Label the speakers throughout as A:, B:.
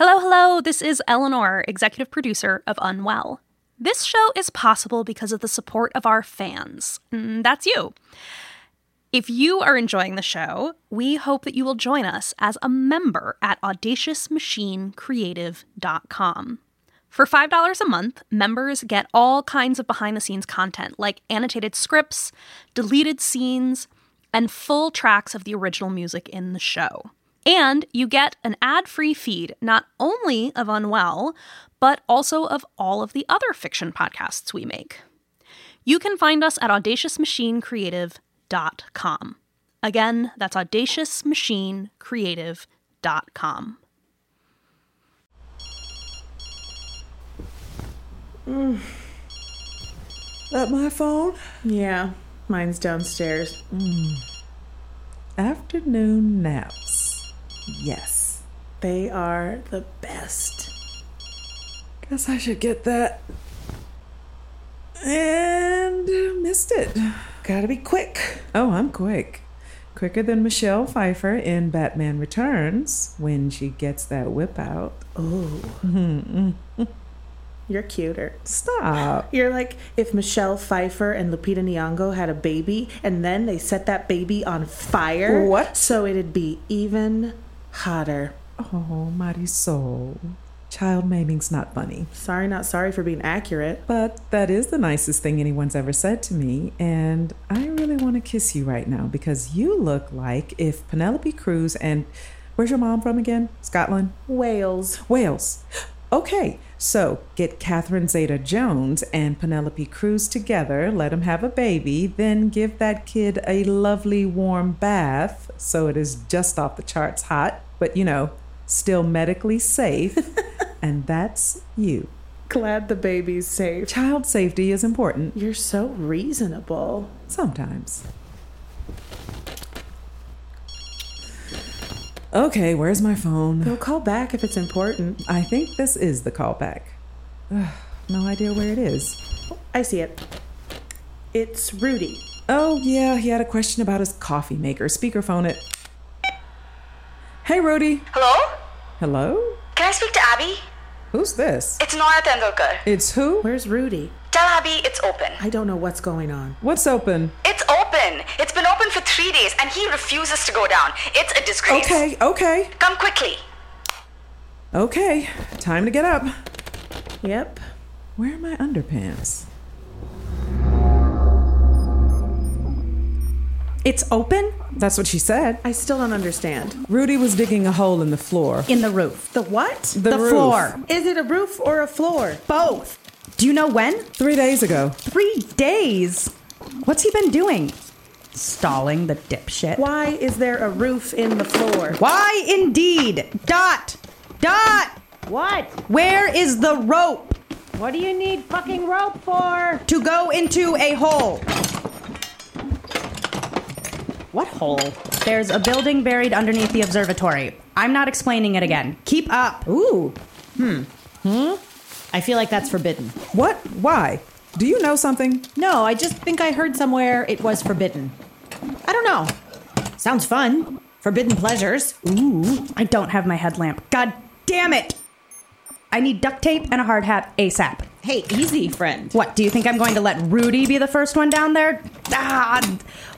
A: Hello, hello. This is Eleanor, executive producer of Unwell. This show is possible because of the support of our fans. and that's you. If you are enjoying the show, we hope that you will join us as a member at audaciousmachinecreative.com. For $5 a month, members get all kinds of behind the scenes content like annotated scripts, deleted scenes, and full tracks of the original music in the show. And you get an ad free feed not only of Unwell, but also of all of the other fiction podcasts we make. You can find us at audaciousmachinecreative.com. Again, that's audaciousmachinecreative.com.
B: That my phone?
C: Yeah, mine's downstairs.
B: Mm. Afternoon naps. Yes.
C: They are the best.
B: Guess I should get that. And missed it.
C: Gotta be quick.
B: Oh, I'm quick. Quicker than Michelle Pfeiffer in Batman Returns when she gets that whip out.
C: You're cuter.
B: Stop.
C: You're like if Michelle Pfeiffer and Lupita Nyong'o had a baby and then they set that baby on fire.
B: What?
C: So it'd be even hotter.
B: Oh, mighty soul. Child maiming's not funny.
C: Sorry, not sorry for being accurate.
B: But that is the nicest thing anyone's ever said to me, and I really want to kiss you right now because you look like if Penelope Cruz and where's your mom from again? Scotland?
C: Whales.
B: Wales. Okay, so get Catherine Zeta Jones and Penelope Cruz together, let them have a baby, then give that kid a lovely warm bath so it is just off the charts hot, but you know, still medically safe. and that's you.
C: Glad the baby's safe.
B: Child safety is important
C: You're so reasonable.
B: sometimes. Okay, where's my phone?
C: They'll call back if it's important.
B: I think this is the callback. Ugh, no idea where it is.
C: I see it. It's Rudy.
B: Oh, yeah, he had a question about his coffee maker. Speakerphone it. Hey, Rudy.
D: Hello?
B: Hello?
D: Can I speak to Abby?
B: Who's this?
D: It's Nora Tendulkar.
B: It's who?
C: Where's Rudy?
D: Tell Abby it's open.
C: I don't know what's going on.
B: What's open?
D: It's open. It's been open for three days and he refuses to go down. It's a disgrace.
B: Okay, okay,
D: Come quickly.
B: okay. Time to get up.
C: Yep.
B: Where are my underpants?
E: It's open
B: That's what she said.
C: I still don't understand.
B: Rudy was digging a hole in the floor.
E: in the roof.
C: The what?
B: The, roof.
E: floor.
C: Is it a roof or a floor?
E: Both. Do you know when?
B: Three days ago.
E: Three days. What's he been doing? Stalling the dipshit.
C: Why is there a roof in the floor?
E: Why indeed? Dot. Dot.
F: What?
E: Where is the rope
F: What do you need fucking rope for?
E: to go into a hole? What hole? There's a building buried underneath the observatory. I'm not explaining it again. Keep up.
B: Ooh,
C: Hmm.
G: Hmm?
F: I feel like that's forbidden.
B: what? Why? Do you know something?
F: No, I just think I heard somewhere it was forbidden. I don't know. Sounds fun. Forbidden pleasures.
E: I don't have my headlamp. God damn it! I need duct tape and a hard hat ASAP.
F: Hey, easy, friend.
E: What, do you think I'm going to let Rudy be the first one down there? Ah,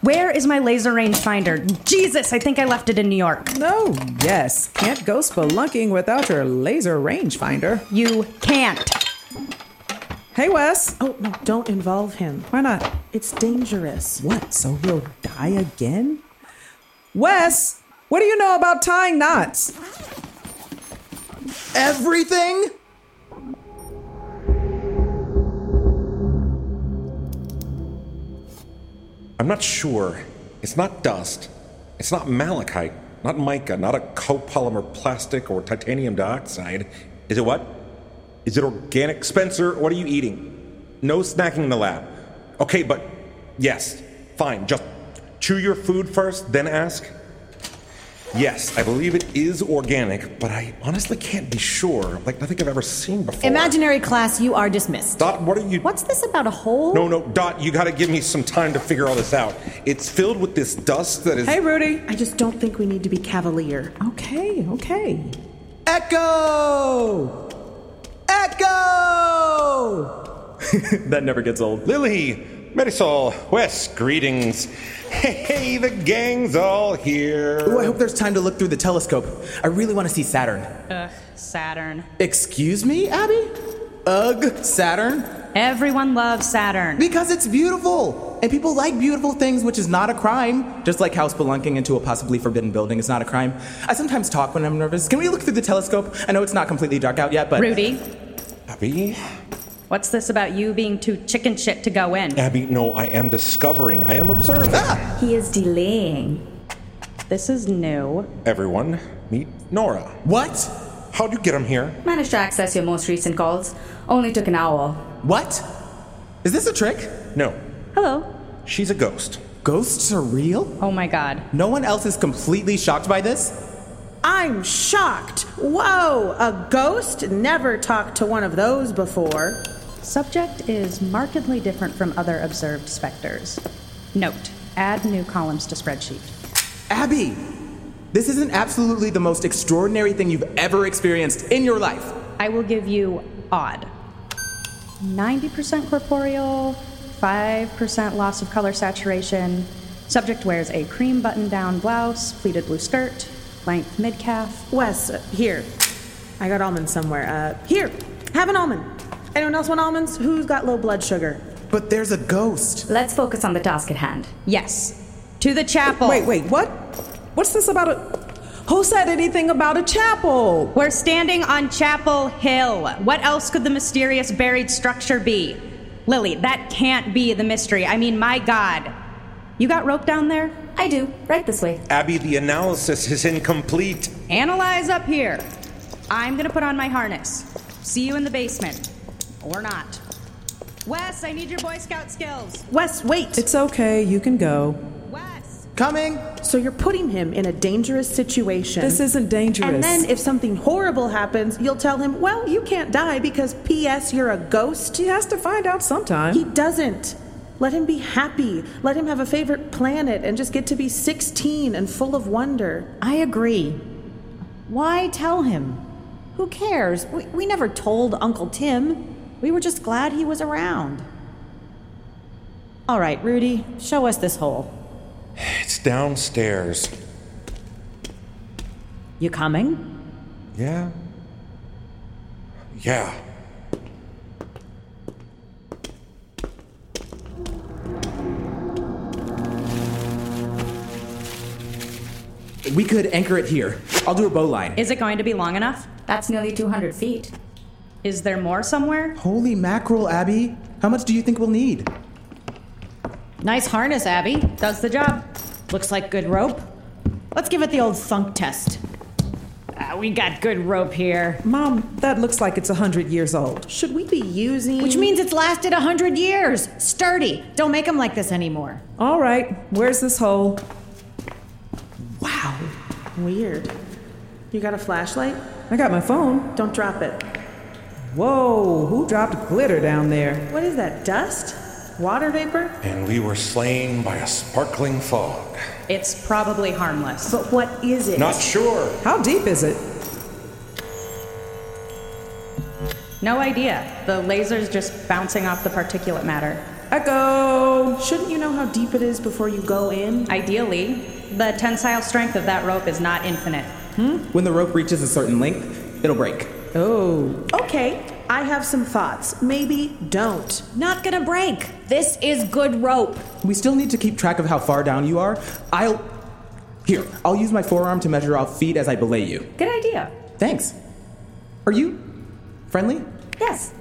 E: where is my laser range finder? Jesus, I think I left it in New York.
B: No, yes. Can't go spelunking without your laser rangefinder.
E: You can't.
B: Hey, Wes.
C: Oh, no, don't involve him.
B: Why not?
C: It's dangerous.
B: What? So he'll die again? Wes, what do you know about tying knots?
H: Everything?
F: I'm not sure. It's not dust. It's not malachite, not mica, not a copolymer plastic or titanium dioxide. Is it what? Is it organic? Spencer, what are you eating? No snacking in the lab. Okay, but yes, fine. Just chew your food first, then ask. Yes, I believe it is organic, but I honestly can't be sure. Like nothing I've ever seen before.
G: Imaginary class, you are dismissed.
F: Dot, what are you?
G: What's this about a hole?
F: No, no, Dot, you gotta give me some time to figure all this out. It's filled with this dust that is.
B: Hey, Rudy.
C: I just don't think we need to be cavalier.
B: Okay, okay.
H: Echo! Echo! that never gets old.
F: Lily, Marisol, Wes, greetings. Hey, the gang's all here.
H: Ooh, I hope there's time to look through the telescope. I really want to see Saturn.
E: Ugh, Saturn.
H: Excuse me, Abby? Ugh, Saturn?
E: Everyone loves Saturn.
H: Because it's beautiful! And people like beautiful things, which is not a crime. Just like how spelunking into a possibly forbidden building is not a crime. I sometimes talk when I'm nervous. Can we look through the telescope? I know it's not completely dark out yet, but.
E: Rudy,
F: Abby?
E: what's this about you being too chicken shit to go in?
F: Abby, no, I am discovering. I am observing. Ah!
I: He is delaying. This is new.
F: Everyone, meet Nora.
H: What?
F: How'd you get him here?
I: Managed to access your most recent calls. Only took an hour.
H: What? Is this a trick?
F: No,
I: Hello.
F: she's a ghost.
H: Ghosts are real?
E: Oh my god.
H: No one else is completely shocked by this?
C: I'm shocked. Whoa, a ghost? Never talked to one of those before.
I: Subject is markedly different from other observed specters.
E: Note, add new columns to spreadsheet.
H: Abby! This isn't absolutely the most extraordinary thing you've ever experienced in your life.
E: I will give you odd.
I: 90% corporeal, 5% loss of color saturation. Subject wears a cream button down blouse, pleated blue skirt, length mid calf.
C: Wes, uh, here. I got almonds somewhere. Uh, here, have an almond. Anyone else want almonds? Who's got low blood sugar?
H: But there's a ghost.
I: Let's focus on the task at hand.
E: Yes. To the chapel.
B: Wait, wait, what? What's this about a. Who said anything about a chapel?
E: We're standing on Chapel Hill. What else could the mysterious buried structure be? Lily, that can't be the mystery. I mean, my god. You got rope down there?
I: I do. Right this way.
F: Abby, the analysis is incomplete.
E: Analyze up here. I'm gonna put on my harness. See you in the basement. Or not. Wes, I need your Boy Scout skills.
C: Wes, wait.
B: It's okay, you can go.
E: Wes!
H: Coming!
C: so you're putting him in a dangerous situation.
B: This isn't dangerous.
C: And then if something horrible happens, you'll tell him, well, you can't die because P.S. you're a ghost.
B: he has to find out sometime.
C: He doesn't. Let him be happy. Let him have a favorite planet and just get to be 16 and full of wonder.
G: I agree. Why tell him? Who cares? We, we never told Uncle Tim. We were just glad he was around. All right, Rudy, show us this hole.
F: It's downstairs.
G: You coming?
F: Yeah? Yeah.
H: We could anchor it here. I'll do a bowline.
E: Is it going to be long enough?
I: That's nearly 200 feet.
E: Is there more somewhere?
H: Holy mackerel, Abby. How much do you think we'll need?
G: Nice harness, Abby.
E: Does the job.
G: Looks like good rope. Let's give it the old thunk test. Ah, we got good rope here,
B: Mom, Um, that looks like it's a 100 years old.
C: Should we be using.
G: which means it's lasted a hundred years. Sturdy. Don't make them like this anymore.
B: All right, where's this hole?
H: Wow.
C: Weird. You got a flashlight?
B: I got my phone.
C: Don't drop it.
B: Whoa, who dropped glitter down there?
C: What is that, dust? Water vapor?
F: And we were slain by a sparkling fog.
E: It's probably harmless.
C: But what is it?
F: Not sure.
B: How deep is it?
E: No idea. The laser's just bouncing off the particulate matter.
B: Echo!
C: Shouldn't you know how deep it is before you go in?
E: Ideally, the tensile strength of that rope is not infinite.
H: Hmm? When the rope reaches a certain length, it'll break.
B: Oh,
C: Okay, I have some thoughts. Maybe don't.
G: Not gonna break. This is good rope.
H: We still need to keep track of how far down you are. I'll. Here, I'll use my forearm to measure out feet as I belay you.
I: Good idea.
H: Thanks. Are you friendly?
I: Yes.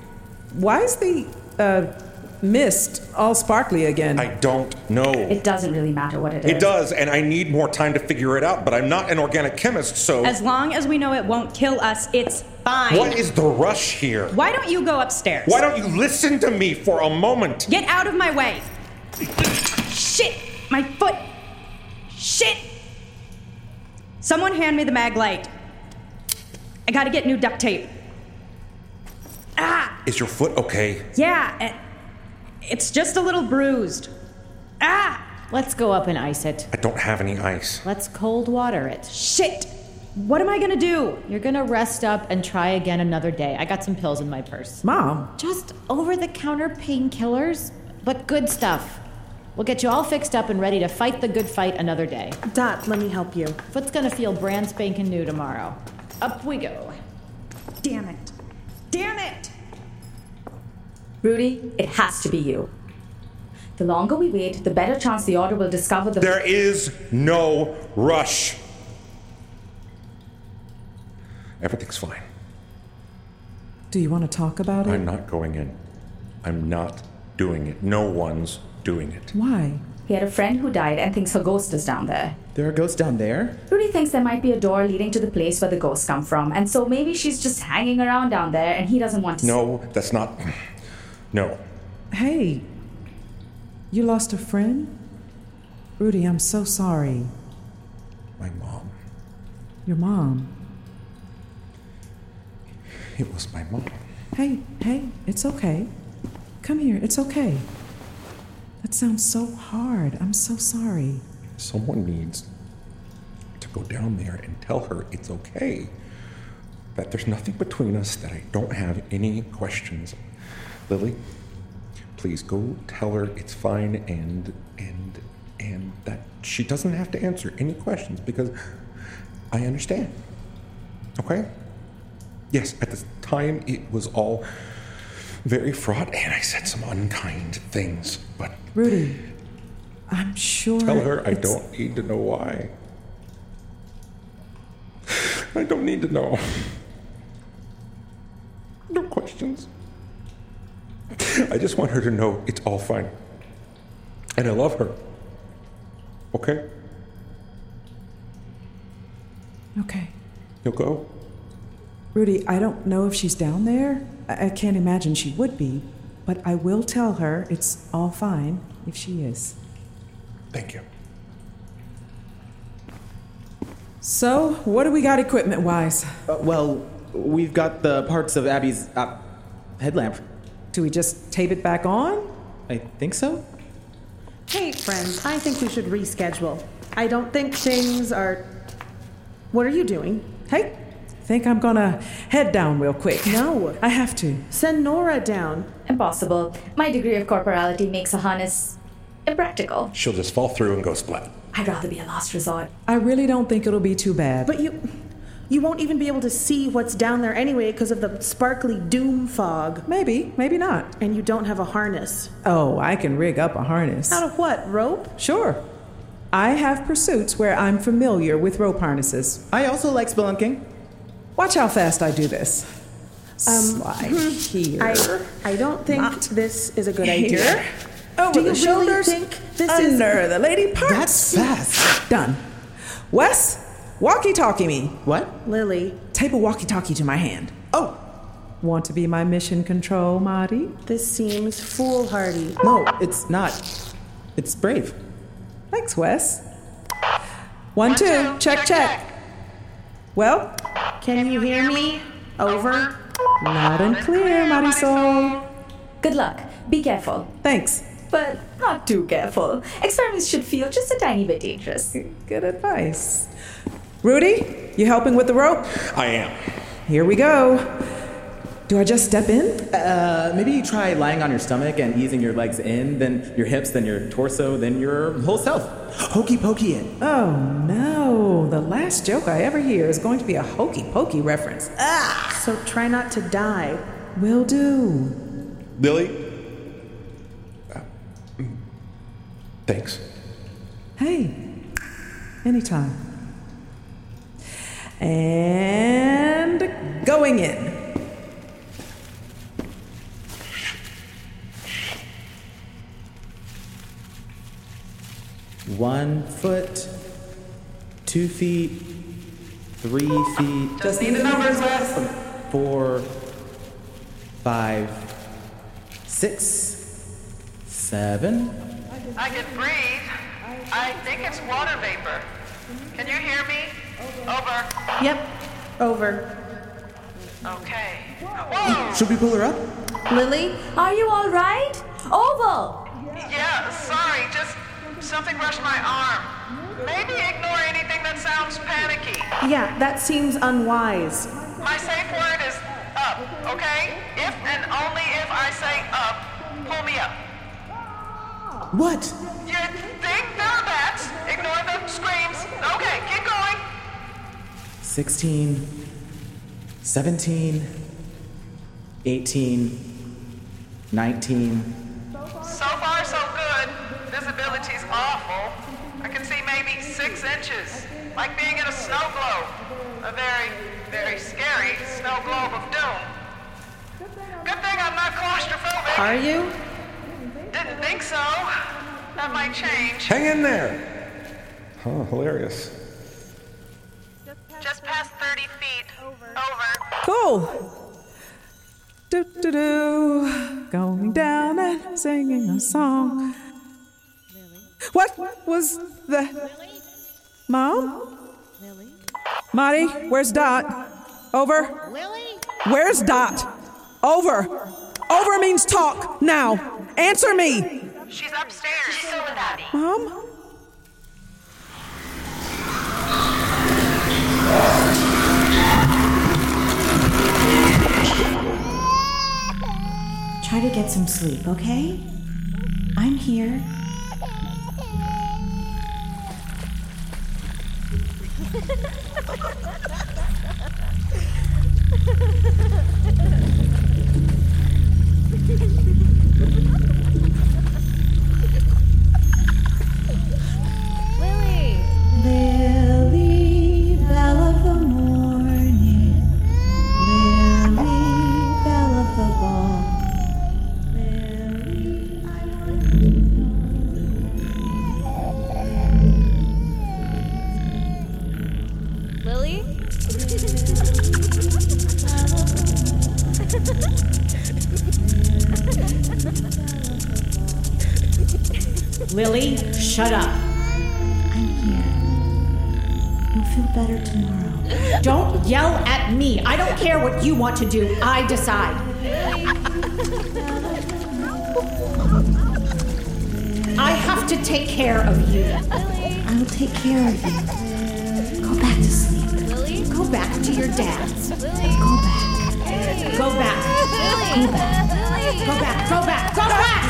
B: Why is the uh, mist all sparkly again?
F: I don't know.
I: It doesn't really matter what it is.
F: It does, and I need more time to figure it out, but I'm not an organic chemist, so.
E: As long as we know it won't kill us, it's fine.
F: what is the rush here?
E: Why don't you go upstairs?
F: Why don't you listen to me for a moment?
E: Get out of my way. Shit! My foot! Shit! Someone hand me the mag light. I gotta get new duct tape.
F: Is your foot okay?
E: Yeah, it- it's just a little bruised. Ah!
G: Let's go up and ice it.
F: I don't have any ice.
G: Let's cold water it.
E: Shit! What am I gonna do?
G: You're gonna rest up and try again another day. I got some pills in my purse.
B: Mom.
G: Just over the counter painkillers, but good stuff. We'll get you all fixed up and ready to fight the good fight another day.
C: Dot, let me help you.
G: Foot's gonna feel brand spanking new tomorrow. Up we go.
E: Damn it. Damn it!
D: Rudy, it has to be you. The longer we wait, the better chance the Order will discover the.
F: There is no rush. Everything's fine.
B: Do you want to talk about it?
F: I'm not going in. I'm not doing it. No one's doing it.
B: Why?
D: He had a friend who died and thinks her ghost is down there.
H: There are ghosts down there.
D: Rudy thinks there might be a door leading to the place where the ghosts come from, and so maybe she's just hanging around down there and he doesn't want to.
F: No, that's not. No.
B: Hey, you lost a friend? Rudy, I'm so sorry.
F: My mom.
B: Your mom.
F: It was my mom.
B: Hey, hey, it's okay. Come here, it's okay. That sounds so hard. I'm so sorry.
F: Someone needs to go down there and tell her it's okay. That there's nothing between us, that I don't have any questions. Lily, please go tell her it's fine and and and that she doesn't have to answer any questions because I understand. Okay? Yes, at the time it was all very fraught and I said some unkind things, but
B: Rudy, I'm sure.
F: Tell her I
B: it's-
F: don't need to know why. I don't need to know. No questions. I just want her to know it's all fine. And I love her. Okay?
B: Okay.
F: You'll go?
B: Rudy, I don't know if she's down there. I, I can't imagine she would be, but I will tell her it's all fine if she is.
F: Thank you.
B: So, what do we got equipment wise?
H: Uh, well, we've got the parts of Abby's uh, headlamp.
B: Do we just tape it back on?
H: I think so.
C: Hey, friends, I think we should reschedule. I don't think things are. What are you doing?
B: Hey, think I'm gonna head down real quick.
C: No.
B: I have to.
C: Send Nora down.
D: Impossible. My degree of corporality makes a harness impractical.
F: She'll just fall through and go splat.
D: I'd rather be a last resort.
B: I really don't think it'll be too bad.
C: But you. You won't even be able to see what's down there anyway because of the sparkly doom fog.
B: Maybe, maybe not.
C: And you don't have a harness.
B: Oh, I can rig up a harness.
C: Out of what? Rope?
B: Sure. I have pursuits where I'm familiar with rope harnesses.
H: I also like spelunking.
B: Watch how fast I do this. Slide here.
C: I, I don't think this is a good idea.
B: Here. Over
C: Do
B: the
C: you really
B: shoulders.
C: think this is-
B: under the lady parts. That's fast. Done. Wes, walkie-talkie me.
H: What?
C: Lily.
B: Tape a walkie-talkie to my hand. Oh. Want to be my mission control, Marty?
C: This seems foolhardy.
H: No, it's not. It's brave.
B: Thanks, Wes. One, two. Check, check, Well,
C: Can you hear me? Over.
B: loud and clear, Marisol.
D: Good luck. Be careful.
B: Thanks.
D: But not too careful. Experiments should feel just a tiny bit dangerous.
B: Good advice. Rudy, you helping with the rope?
F: I am.
B: Here we go. Do I just step in?
H: Uh, maybe you try lying on your stomach and easing your legs in, then your hips, then your torso, then your whole self. Hokey pokey it.
B: Oh no, the last joke I ever hear is going to be a hokey pokey reference.
C: So try not to die.
B: Will do.
F: Lily? Uh, Thanks.
B: Hey, anytime. And going in.
H: One foot, two feet, three feet.
B: Just need the numbers, Wes.
H: Four, five, six, seven.
J: I can breathe. I think it's water vapor. Can you hear me? Over.
C: Yep. Over.
J: Okay.
H: Should we pull her up?
D: Lily, are you all right? Over.
J: Yeah, sorry, just something rushed my arm. Maybe ignore anything that sounds panicky.
C: Yeah, that seems unwise.
J: My safe word is up, okay? If and only if I say up, pull me up.
H: What?
J: You think they're bats? Ignore the screams. Okay, keep going.
H: 16, 17, 18, 19.
J: So far, so good. Visibility's awful. I can see maybe six inches, like being in a snow globe. A very, very scary snow globe of doom. Good thing I'm not claustrophobic.
C: Are you?
J: Didn't think so. That might change.
F: Hang in there! Oh, hilarious.
J: Just past 30 feet.
B: Cool. Do do do. Going down and singing a song. What was the mom? Marty, where's Dot? Over. Where's Dot? Over. Over means talk now. Answer me,
J: She's upstairs. She's still with Abby.
B: mom.
G: Try to get some sleep, okay? I'm here.
K: Lily!
G: Lily, bell of the morning. Lily, bell of the ball.
K: Lily?
G: Lily, shut up. I'm here. You'll feel better tomorrow. Don't yell at me. I don't care what you want to do. I decide. I have to take care of you. I'll take care of you. Go back to sleep. Lily? Go back to your dad's. Go back. Go back. Go back. Go back. Go back. Go back.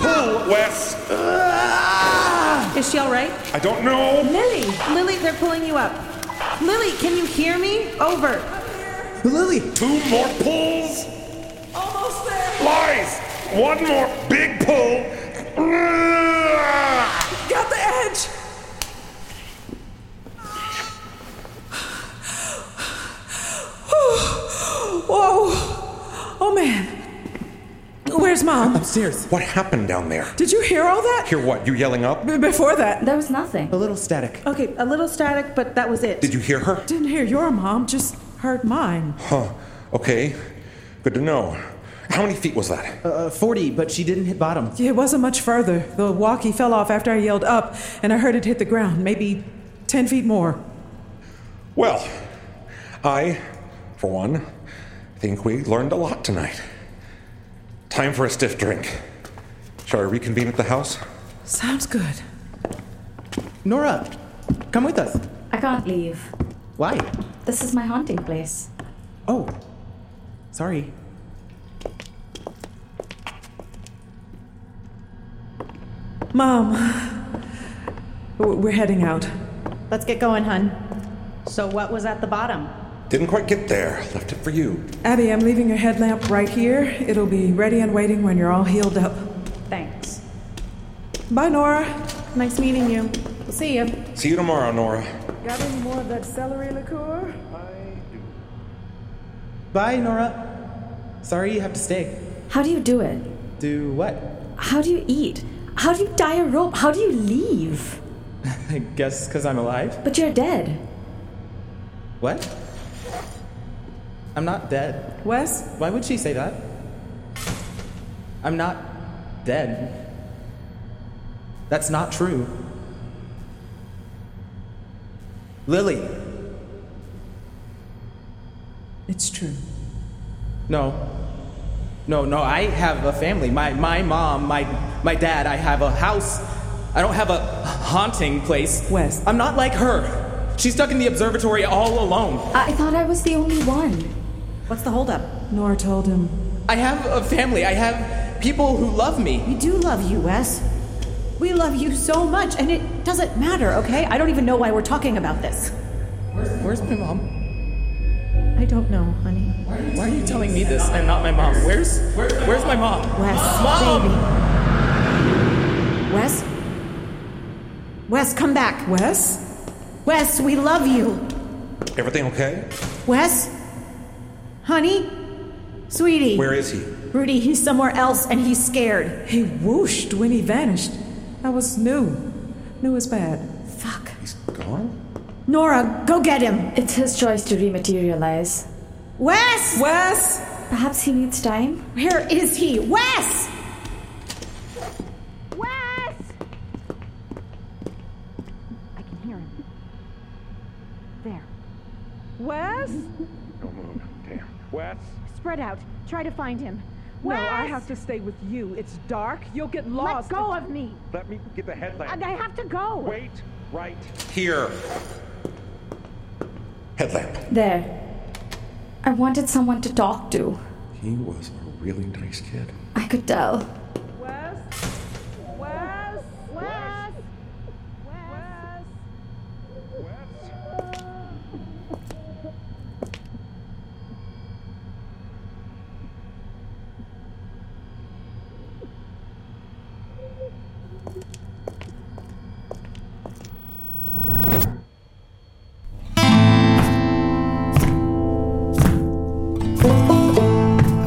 F: Pull, Wes!
C: Is she all right?
F: I don't know!
C: Lily! Lily, they're pulling you up. Lily, can you hear me? Over.
H: Lily!
F: Two more pulls!
J: Almost there.
F: Lies! One more big pull!
B: Got the edge. Whoa. Oh man. Where's mom?
H: Upstairs.
F: What happened down there?
B: Did you hear all that?
F: Hear what? You yelling up?
B: Before that,
D: there was nothing.
H: A little static.
C: Okay, a little static, but that was it.
F: Did you hear her?
B: Didn't hear your mom, just heard mine.
F: Huh. Okay. Good to know. How many feet was that?
H: Uh, 40, but she didn't hit bottom.
B: Yeah, It wasn't much further. The walkie fell off after I yelled up, and I heard it hit the ground, maybe 10 feet more.
F: Well, I, for one, think we learned a lot tonight. Time for a stiff drink. Shall I reconvene at the house?
B: Sounds good.
H: Nora, come with us.
D: I can't leave.
H: Why?
D: This is my haunting place.
H: Oh, sorry.
B: Mom, w- we're heading out.
G: Let's get going, hun. So, what was at the bottom?
F: Didn't quite get there. Left it for you.
B: Abby, I'm leaving your headlamp right here. It'll be ready and waiting when you're all healed up.
I: Thanks.
B: Bye, Nora.
C: Nice meeting you. We'll see you.
F: See you tomorrow, Nora.
B: Got any more of that celery liqueur?
H: Bye, Nora. Sorry you have to stay.
D: How do you do it?
H: Do what?
D: How do you eat? How do you tie a rope? How do you leave?
H: I guess because I'm alive.
D: But you're dead.
H: What? I'm not dead.
B: Wes?
H: Why would she say that? I'm not dead. That's not true. Lily.
B: It's true.
H: No. No, no, I have a family. My my mom, my my dad, I have a house. I don't have a haunting place.
B: Wes.
H: I'm not like her. She's stuck in the observatory all alone.
D: I thought I was the only one.
G: What's the holdup?
B: Nora told him.
H: I have a family. I have people who love me.
G: We do love you, Wes. We love you so much, and it doesn't matter, okay? I don't even know why we're talking about this.
H: Where's, where's my mom?
G: I don't know, honey.
H: Why are you telling me this and not my mom? Where's where's my mom?
G: Wes,
H: Mom!
G: baby. Wes? Wes, come back.
B: Wes?
G: Wes, we love you.
F: Everything okay?
G: Wes? Honey? Sweetie.
F: Where is he?
G: Rudy, he's somewhere else and he's scared.
B: He whooshed when he vanished. That was new. New is bad.
G: Fuck.
F: He's gone?
G: Nora, go get him.
D: It's his choice to rematerialize.
G: Wes!
B: Wes!
D: Perhaps he needs time.
G: Where is he? Wes!
K: Wes!
G: I can hear him. There.
B: Wes?
F: Don't move. Damn. Wes?
G: Spread out. Try to find him.
B: No,
G: Wes!
B: I have to stay with you. It's dark. You'll get
G: Let
B: lost.
G: go of me.
F: Let me get the headlamp.
G: And I have to go.
F: Wait right here. Headlamp.
D: There. I wanted someone to talk to.
F: He was a really nice kid.
D: I could tell.
B: Wes? Wes? Wes? Wes?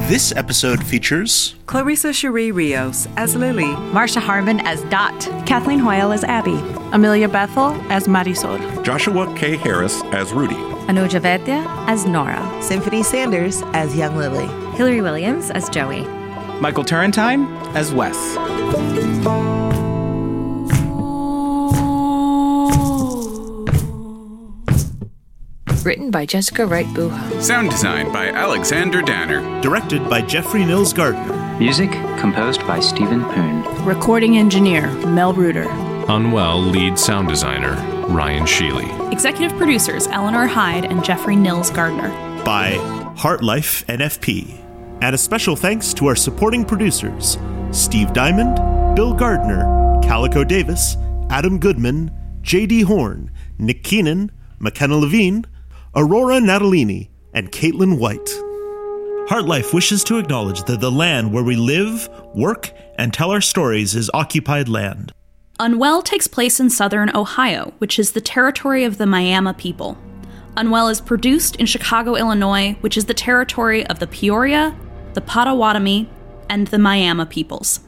L: This episode features
M: Clarissa Cherie Rios as Lily,
N: Marsha Harmon as Dot,
I: Kathleen Hoyle as Abby,
N: Amelia Bethel as Marisol,
F: Joshua K. Harris as Rudy.
N: Anuja Vedya as Nora,
O: Symphony Sanders as Young Lily,
N: Hillary Williams as Joey.
H: Michael Turrentine as Wes.
P: Written by Jessica Wright Buha.
Q: Sound design by Alexander Danner.
L: Directed by Jeffrey Nils Gardner.
R: Music composed by Stephen Poon.
N: Recording engineer Mel Reuter.
S: Unwell lead sound designer Ryan Sheely.
N: Executive producers Eleanor Hyde and Jeffrey Nils Gardner.
L: by Heartlife NFP. And a special thanks to our supporting producers Steve Diamond, Bill Gardner, Calico Davis, Adam Goodman, J.D. Horn, Nick Keenan, McKenna Levine, Aurora Natalini, and Caitlin White. Heartlife wishes to acknowledge that the land where we live, work, and tell our stories is occupied land.
N: Unwell takes place in southern Ohio, which is the territory of the Miami people. Unwell is produced in Chicago, Illinois, which is the territory of the Peoria, the Potawatomi, and the Miami peoples.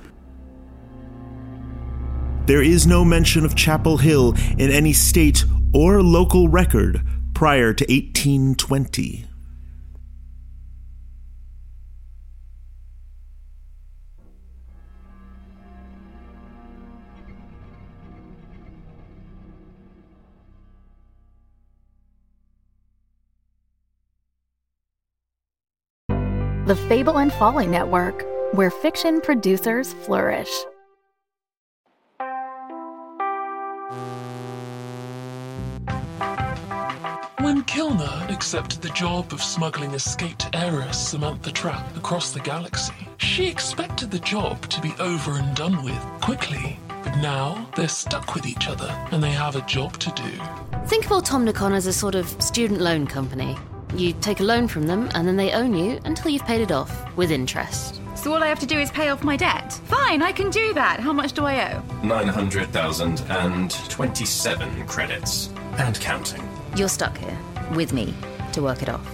L: There is no mention of Chapel Hill in any state or local record prior to 1820.
T: The Fable and Folly Network, where fiction producers flourish.
U: When Kilner accepted the job of smuggling escaped heiress Samantha Trapp across the galaxy, she expected the job to be over and done with quickly. But now they're stuck with each other and they have a job to do.
V: Think of Automnicon as a sort of student loan company. You take a loan from them, and then they own you until you've paid it off with interest.
J: So all I have to do is pay off my debt. Fine, I can do that. How much do I owe?
S: 900,027 credits. And counting.
V: You're stuck here with me to work it off.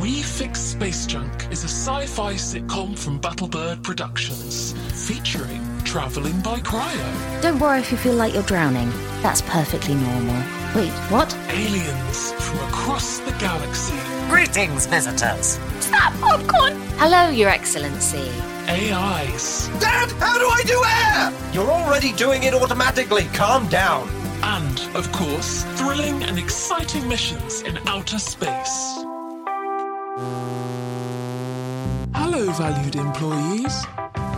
U: We Fix Space Junk is a sci fi sitcom from Battlebird Productions featuring Traveling by Cryo,
V: Don't worry if you feel like you're drowning. That's perfectly normal. Wait, what?
U: Aliens from Across the Galaxy,
V: Greetings, visitors. Stop, popcorn! Hello, Your Excellency.
U: AIs,
S: Dad, how do I do air? You're already doing it automatically. Calm down.
U: and, of course, thrilling and exciting missions in outer space. Hello, valued employees.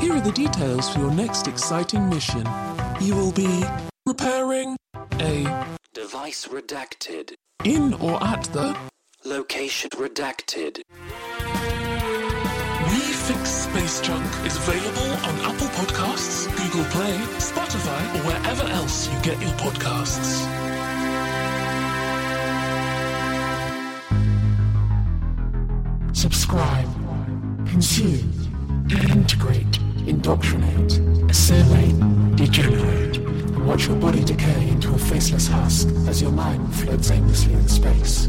U: Here are the details for your next exciting mission. You will be repairing a
W: Device redacted.
U: in or at the
W: Location redacted.
U: We Fix Space Junk is available on Apple Podcasts, Google Play, Spotify, or wherever else you get your podcasts. Subscribe, consume, integrate, indoctrinate, assimilate, degenerate, and watch your body decay into a faceless husk as your mind floats aimlessly in space.